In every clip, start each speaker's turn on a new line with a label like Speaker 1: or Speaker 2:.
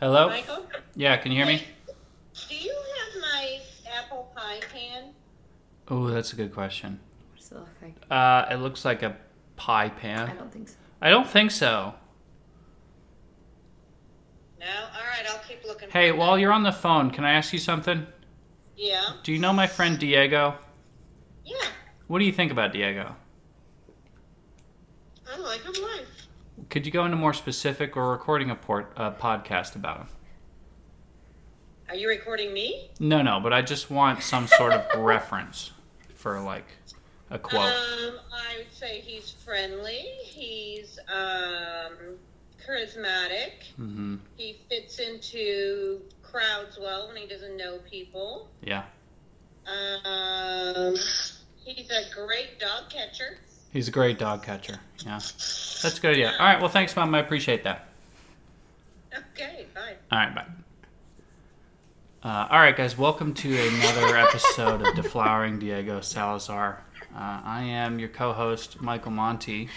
Speaker 1: Hello?
Speaker 2: Michael?
Speaker 1: Yeah, can you Oh, hear me?
Speaker 2: Do you have my apple pie pan?
Speaker 1: Oh, that's a good question.
Speaker 3: What does it look like?
Speaker 1: Uh, it looks like a pie
Speaker 3: I
Speaker 1: pan.
Speaker 3: don't think so.
Speaker 1: I don't think so.
Speaker 2: No? All right, I'll keep looking.
Speaker 1: Hey,
Speaker 2: for it.
Speaker 1: while you're on the phone, can I ask you something?
Speaker 2: Yeah?
Speaker 1: Do you know my friend Diego?
Speaker 2: Yeah.
Speaker 1: What do you think about Diego?
Speaker 2: I like him live.
Speaker 1: Could you go into more specific or recording a port, uh, podcast about him?
Speaker 2: Are you recording me?
Speaker 1: No, no, but I just want some sort of reference for like a quote.
Speaker 2: Um, I would say he's friendly. He's um, charismatic.
Speaker 1: hmm
Speaker 2: He fits into crowds well when he doesn't know people.
Speaker 1: Yeah.
Speaker 2: Um, he's a great dog catcher.
Speaker 1: He's a great dog catcher. Yeah. That's a good idea. All right. Well, thanks, Mom. I appreciate that.
Speaker 2: Okay, bye.
Speaker 1: All right. Bye. Uh, all right, guys. Welcome to another episode of Deflowering Diego Salazar. Uh, I am your co host, Michael Monty,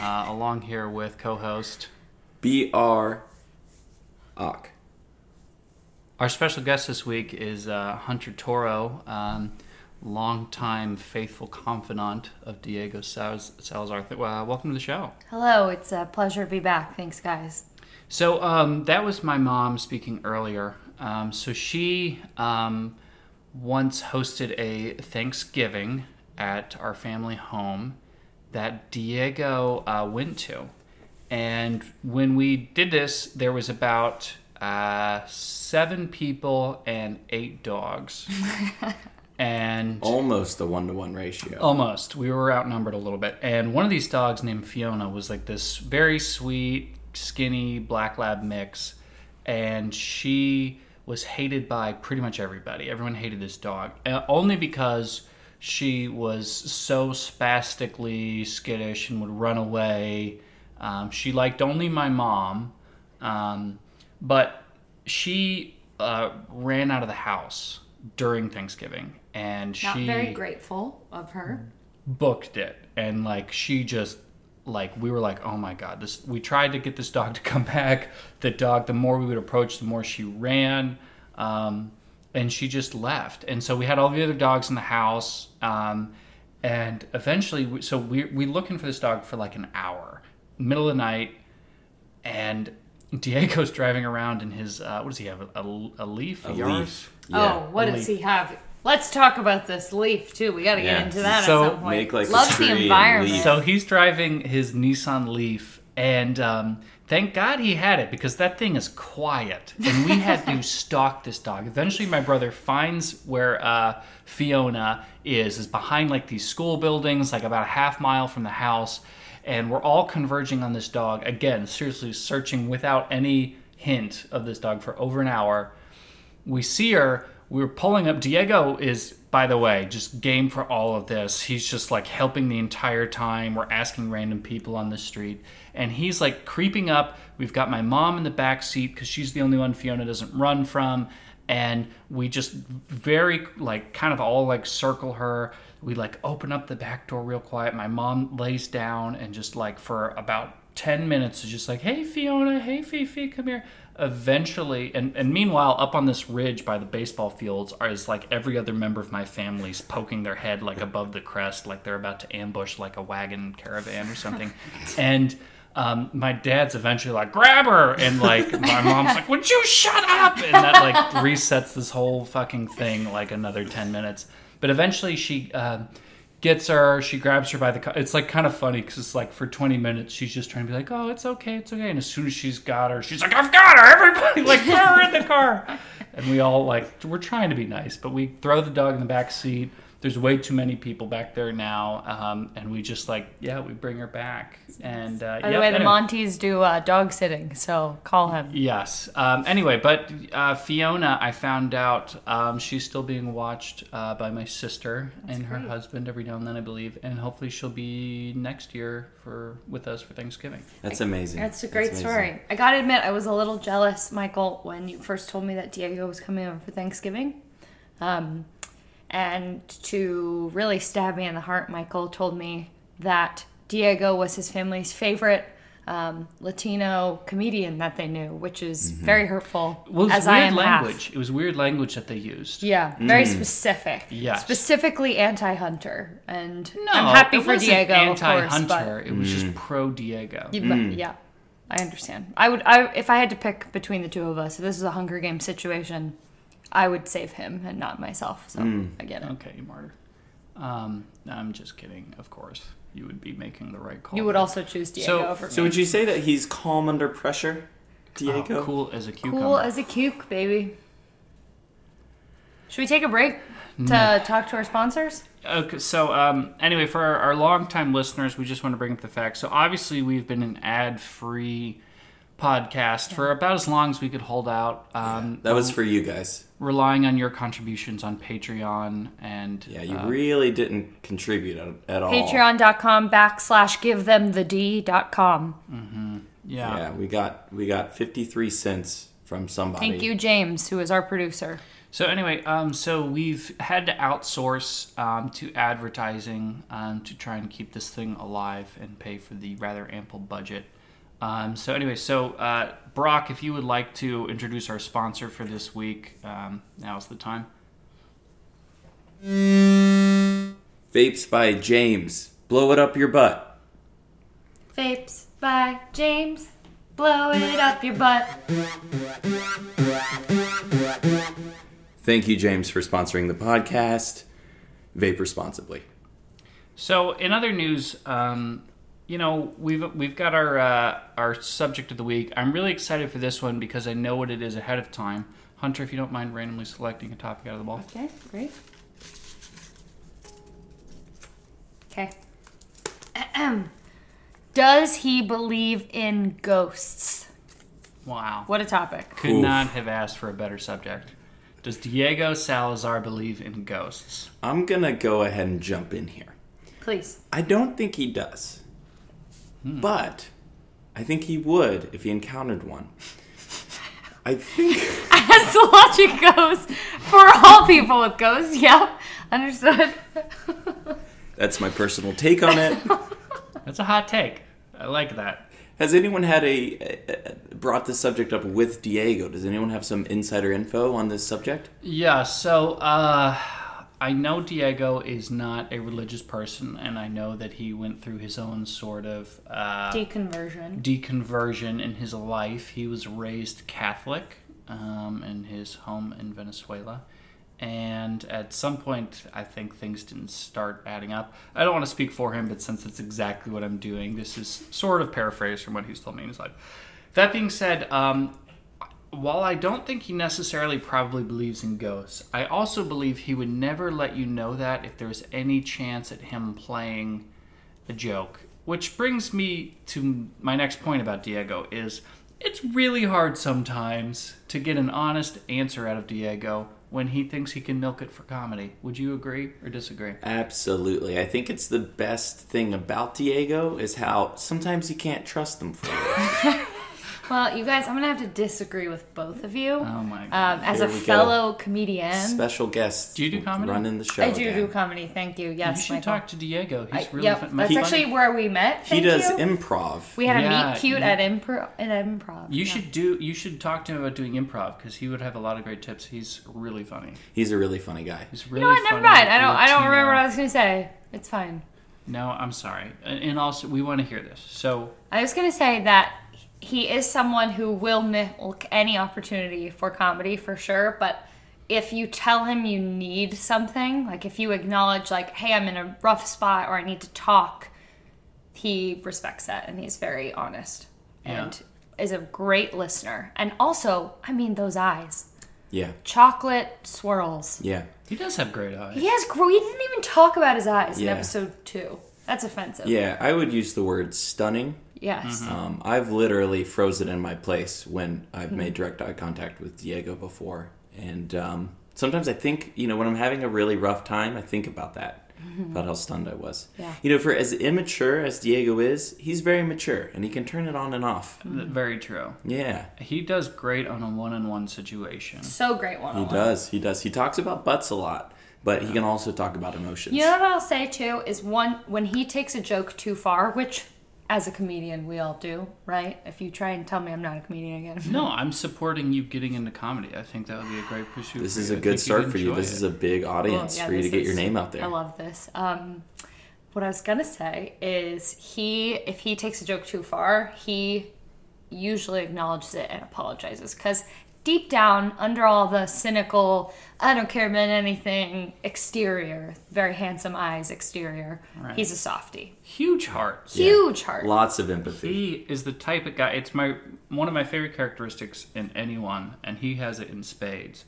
Speaker 1: uh, along here with co host.
Speaker 4: B R Ock.
Speaker 1: Our special guest this week is uh, Hunter Toro, um, longtime faithful confidant of Diego Sal- Salazar. Th- uh, welcome to the show.
Speaker 3: Hello, it's a pleasure to be back. Thanks, guys.
Speaker 1: So um, that was my mom speaking earlier. Um, so she um, once hosted a Thanksgiving at our family home that Diego uh, went to. And when we did this, there was about uh, seven people and eight dogs. and
Speaker 4: Oh, Almost the one to one ratio.
Speaker 1: Oh, Almost. We were outnumbered a little bit. And one of these dogs named Fiona was like this very sweet, skinny black lab mix. And she was hated by pretty much everybody. Everyone hated this dog. Uh, only because she was so spastically skittish and would run away. Um, she liked only my mom. Um, but she uh, ran out of the house during Thanksgiving. And
Speaker 3: Not
Speaker 1: she
Speaker 3: very grateful of her.
Speaker 4: Mm,
Speaker 1: booked it and like she just like we were like oh my god this we tried to get this dog to come back the dog the more we would approach the more she ran um, and she just left and so we had all the other dogs in the house um, and eventually we, so we we looking for this dog for like an hour middle of the night and diego's driving around in his uh, what does he have a, a, a leaf
Speaker 4: A
Speaker 1: Yaris?
Speaker 4: leaf. Yeah.
Speaker 3: oh, what does he have? Let's talk about this leaf too. We got to
Speaker 4: Yeah.
Speaker 3: get into that
Speaker 1: So,
Speaker 3: at some point.
Speaker 4: make, like, a
Speaker 3: Loves
Speaker 4: tree
Speaker 3: the
Speaker 4: and
Speaker 3: environment.
Speaker 4: leaf.
Speaker 1: So he's driving his Nissan Leaf, and um, thank God he had it because that thing is quiet. And we had to stalk this dog. Eventually, my brother finds where uh, Fiona is, is behind like these school buildings, like about a half mile from the house. And we're all converging on this dog again, seriously searching without any hint of this dog for over an hour we see her we were pulling up diego is by the way just game for all of this he's just like helping the entire time we're asking random people on the street and he's like creeping up we've got my mom in the back seat because she's the only one fiona doesn't run from and we just very like kind of all like circle her we like open up the back door real quiet my mom lays down and just like for about 10 minutes is just like, hey, Fiona, hey, Fifi, come here. Eventually, and, and meanwhile, up on this ridge by the baseball fields are, is like every other member of my family's poking their head like above the crest, like they're about to ambush like a wagon caravan or something. and um, my dad's eventually like, grab her. And like, my mom's like, would you shut up? And that like resets this whole fucking thing like another 10 minutes. But eventually, she. Um, gets her. She grabs her by the. Co- it's like kind of funny because it's like for 20 minutes she's just trying to be like, oh, it's okay, it's okay. And as soon as she's got her, she's like, I've got her. Everybody like throw her in the car. And we all like we're trying to be nice, but we throw the dog in the back seat. There's way too many people back there now, um, and we just like yeah, we bring her back. And uh,
Speaker 3: By the
Speaker 1: yep,
Speaker 3: way, the
Speaker 1: anyway.
Speaker 3: Montes do uh, dog sitting, so call him.
Speaker 1: Yes. Um, anyway, but uh, Fiona, I found out um, she's still being watched uh, by my sister and her
Speaker 3: great.
Speaker 1: husband every now and then, I believe, and hopefully she'll be next year for with us for Thanksgiving.
Speaker 4: That's amazing.
Speaker 3: That's a great
Speaker 4: amazing.
Speaker 3: story. I gotta admit, I was a little jealous, Michael, when you first told me that Diego was coming over for Thanksgiving. Um, and to really stab me in the heart, Michael told me that Diego was his family's favorite um, Latino comedian that they knew, which is very hurtful.
Speaker 1: Mm-hmm. Well, it was
Speaker 3: as
Speaker 1: weird
Speaker 3: I am half.
Speaker 1: language. It was weird language that they used.
Speaker 3: Yeah, very specific. Yeah,
Speaker 1: Yes.
Speaker 3: specifically anti-hunter, and
Speaker 1: No,
Speaker 3: I'm happy
Speaker 1: it
Speaker 3: for
Speaker 1: wasn't
Speaker 3: Diego, of course. But
Speaker 1: Anti-hunter. It was just pro Diego.
Speaker 3: Yeah, but- yeah, I understand. I would, I if I had to pick between the two of us, if this is a Hunger Games situation, I would save him and not myself. So I get it.
Speaker 1: Okay, you martyr. Um, no, I'm just kidding. Of course, you would be making the right call.
Speaker 3: You would
Speaker 1: there.
Speaker 3: also choose Diego
Speaker 1: So-
Speaker 3: over
Speaker 4: So
Speaker 3: me.
Speaker 4: would you say that he's calm under pressure,
Speaker 1: Oh,
Speaker 4: Diego?
Speaker 1: cool as a cucumber.
Speaker 3: cool as a cuke, baby. Should we take a break to talk to our sponsors?
Speaker 1: Okay, so um, anyway, for our, our longtime listeners, we just want to bring up the fact. So obviously, we've been an ad-free podcast for about as long as we could hold out. Um,
Speaker 4: That was for you guys.
Speaker 1: relying on your contributions on Patreon and
Speaker 4: Yeah, you
Speaker 1: uh,
Speaker 4: really didn't contribute at, at all.
Speaker 3: Patreon.com backslash give them the D dot com.
Speaker 1: yeah.
Speaker 4: Yeah, we got we got fifty three cents from somebody.
Speaker 3: Thank you, James, who is our producer.
Speaker 1: So anyway, um, so we've had to outsource um, to advertising um, to try and keep this thing alive and pay for the rather ample budget. Um, so anyway, so uh, Brock, if you would like to introduce our sponsor for this week, um, now's the time.
Speaker 4: Vapes by James. Blow it up your butt.
Speaker 3: Vapes by James. Blow it up your butt.
Speaker 4: Thank you, James, for sponsoring the podcast. Vape responsibly.
Speaker 1: So, in other news, um, you know, we've we've got our uh, our subject of the week. I'm really excited for this one because I know what it is ahead of time. Hunter, if you don't mind randomly selecting a topic out of the ball.
Speaker 3: Okay, great. Okay. Ahem. Does he believe in ghosts?
Speaker 1: Wow.
Speaker 3: What a topic.
Speaker 1: Could
Speaker 4: Oof.
Speaker 1: not have asked for a better subject. Does Diego Salazar believe in ghosts?
Speaker 4: I'm gonna go ahead and jump in here.
Speaker 3: Please.
Speaker 4: I don't think he does. Hmm. But I think he would if he encountered one. I think
Speaker 3: As the logic goes, for all people with ghosts, yep, understood.
Speaker 4: that's my personal take on it.
Speaker 1: That's a hot take. I like that.
Speaker 4: Has anyone had a, a, a brought this subject up with Diego? Does anyone have some insider info on this subject?
Speaker 1: Yeah, so uh, I know Diego is not a religious person, and I know that he went through his own sort of uh,
Speaker 3: Deconversion.
Speaker 1: deconversion in his life. He was raised Catholic um, in his home in Venezuela. And at some point, I think things didn't start adding up. I don't want to speak for him, but since it's exactly what I'm doing, this is sort of paraphrased from what he's told me in his life. That being said, um, while I don't think he necessarily probably believes in ghosts, I also believe he would never let you know that if there's any chance at him playing a joke. Which brings me to my next point about Diego is it's really hard sometimes to get an honest answer out of Diego when he thinks he can milk it for comedy. Would you agree or disagree?
Speaker 4: Absolutely. I think it's the best thing about Diego is how sometimes you can't trust them for it.
Speaker 3: Well, you guys, I'm gonna have to disagree with both of you.
Speaker 1: Oh my god.
Speaker 3: Um, as a
Speaker 4: Uh, Here we go.
Speaker 3: fellow comedian,
Speaker 4: Special guests.
Speaker 1: Do you do comedy?
Speaker 4: Running the show.
Speaker 3: I do
Speaker 4: again.
Speaker 3: do comedy. Thank you.
Speaker 1: you
Speaker 3: Yes,
Speaker 1: should
Speaker 3: Michael.
Speaker 1: talk to Diego. He's
Speaker 3: I-
Speaker 1: really
Speaker 3: yep,
Speaker 1: fun.
Speaker 3: that's
Speaker 1: funny.
Speaker 3: actually where we met.
Speaker 4: He
Speaker 3: Thank
Speaker 4: does
Speaker 3: you.
Speaker 4: improv.
Speaker 3: we had a
Speaker 1: Yeah,
Speaker 3: meet cute
Speaker 1: you-
Speaker 3: at improv. At improv.
Speaker 1: You
Speaker 3: yeah.
Speaker 1: should do. You should talk to him about doing improv because he would have a lot of great tips. He's really funny.
Speaker 4: He's a really funny guy.
Speaker 1: He's
Speaker 3: You
Speaker 1: really.
Speaker 3: know what? Never
Speaker 1: funny,
Speaker 3: mind. I don't. I don't
Speaker 1: Latino.
Speaker 3: remember what I was gonna say. It's fine.
Speaker 1: No, I'm sorry. And and also, we want to hear this. So
Speaker 3: I was gonna say that he is someone who will milk any opportunity for comedy for sure, but if you tell him you need something, like if you acknowledge like, hey, I'm in a rough spot or I need to talk, he respects that and he's very honest and is a great listener. And also, I mean those eyes.
Speaker 4: Yeah.
Speaker 3: Chocolate swirls.
Speaker 4: Yeah.
Speaker 1: he does have great eyes.
Speaker 3: He has gr- we didn't even talk about his eyes
Speaker 4: Yeah.
Speaker 3: in episode two. That's offensive.
Speaker 4: Yeah. I would use the word stunning.
Speaker 1: Hmm.
Speaker 3: Yes.
Speaker 4: Um, I've literally frozen in my place when I've
Speaker 3: Hmm.
Speaker 4: made direct eye contact with Diego before. And um, sometimes I think, you know, when I'm having a really rough time, I think about that, about how stunned I was.
Speaker 3: Mm-hmm. Yeah.
Speaker 4: You know, for as immature as Diego is, he's very mature and he can turn it on and off.
Speaker 1: Very true.
Speaker 4: Yeah,
Speaker 1: He does great on a one-on-one situation.
Speaker 3: So great one
Speaker 1: Oh,
Speaker 3: on
Speaker 4: he
Speaker 3: one.
Speaker 4: does. He does. He talks about butts a lot, but he can also talk about emotions.
Speaker 3: You know what I'll say too is one when he takes a joke too far, which as a comedian, we all do, right? If you try and tell me I'm not a comedian again,
Speaker 1: No, I'm supporting you getting into comedy. I think that would be a great pursuit.
Speaker 4: This
Speaker 1: for
Speaker 4: is
Speaker 1: you.
Speaker 4: a
Speaker 1: I
Speaker 4: good
Speaker 1: think
Speaker 4: start
Speaker 1: you'd
Speaker 4: for you.
Speaker 1: enjoy
Speaker 4: This
Speaker 1: it.
Speaker 4: is a big audience
Speaker 3: Cool. Oh, Yeah,
Speaker 4: for you to
Speaker 3: this
Speaker 4: get your
Speaker 3: is-
Speaker 4: name out there.
Speaker 3: I love this. Um, what I was gonna say is he, if he takes a joke too far, he usually acknowledges it and apologizes because deep down, under all the cynical, I don't care about anything exterior, very handsome eyes exterior, he's a softie,
Speaker 1: huge heart.
Speaker 4: Yeah.
Speaker 3: huge heart.
Speaker 4: Lots of empathy.
Speaker 1: He is the type of guy. It's my one of my favorite characteristics in anyone, and he has it in spades,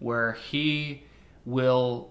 Speaker 1: where he will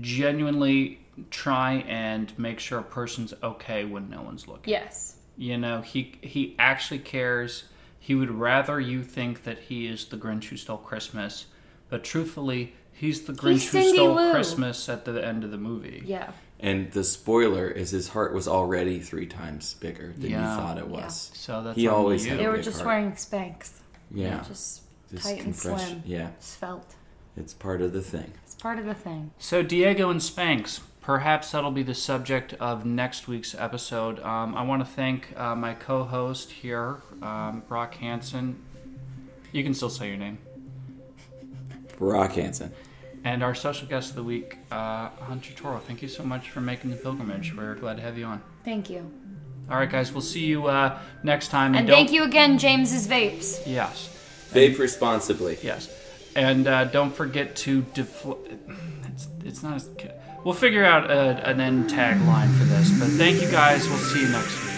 Speaker 1: genuinely try and make sure a person's okay when no one's looking.
Speaker 3: yes,
Speaker 1: You know, he he actually cares. He would rather you think that he is the Grinch who stole Christmas, but truthfully, he's the Grinch who
Speaker 3: Cindy
Speaker 1: stole
Speaker 3: Lou.
Speaker 1: Christmas at the end of the movie.
Speaker 3: yeah.
Speaker 4: And the spoiler is his heart was already three times bigger than
Speaker 1: Yeah.
Speaker 4: you thought it was.
Speaker 1: So that's
Speaker 4: He
Speaker 1: on
Speaker 4: always
Speaker 1: you.
Speaker 4: had
Speaker 3: They were
Speaker 4: big
Speaker 3: just
Speaker 4: heart.
Speaker 3: wearing Spanx,
Speaker 4: Yeah.
Speaker 3: just,
Speaker 4: This
Speaker 3: tight and
Speaker 4: compression-
Speaker 3: slim,
Speaker 4: Yeah.
Speaker 3: just felt.
Speaker 4: It's part of the thing.
Speaker 3: It's part of the thing.
Speaker 1: So Diego and Spanx, perhaps that'll be the subject of next week's episode. Um, I want to thank uh, my co-host here, um, Brock Hansen. You can still say your name.
Speaker 4: Brock Hansen.
Speaker 1: And our special guest of the week, uh, Hunter Toro. Thank you so much for making the pilgrimage. We're glad to have you on.
Speaker 3: Thank you.
Speaker 1: All right, guys. We'll see you uh, next time.
Speaker 3: And
Speaker 1: don't-
Speaker 3: thank you again, James's Vapes.
Speaker 1: Yes.
Speaker 4: Vape responsibly.
Speaker 1: Yes. And uh, don't forget to deflate. It's, uh, it's not. As- we'll figure out a, an end tagline for this. But thank you guys. We'll see you next week.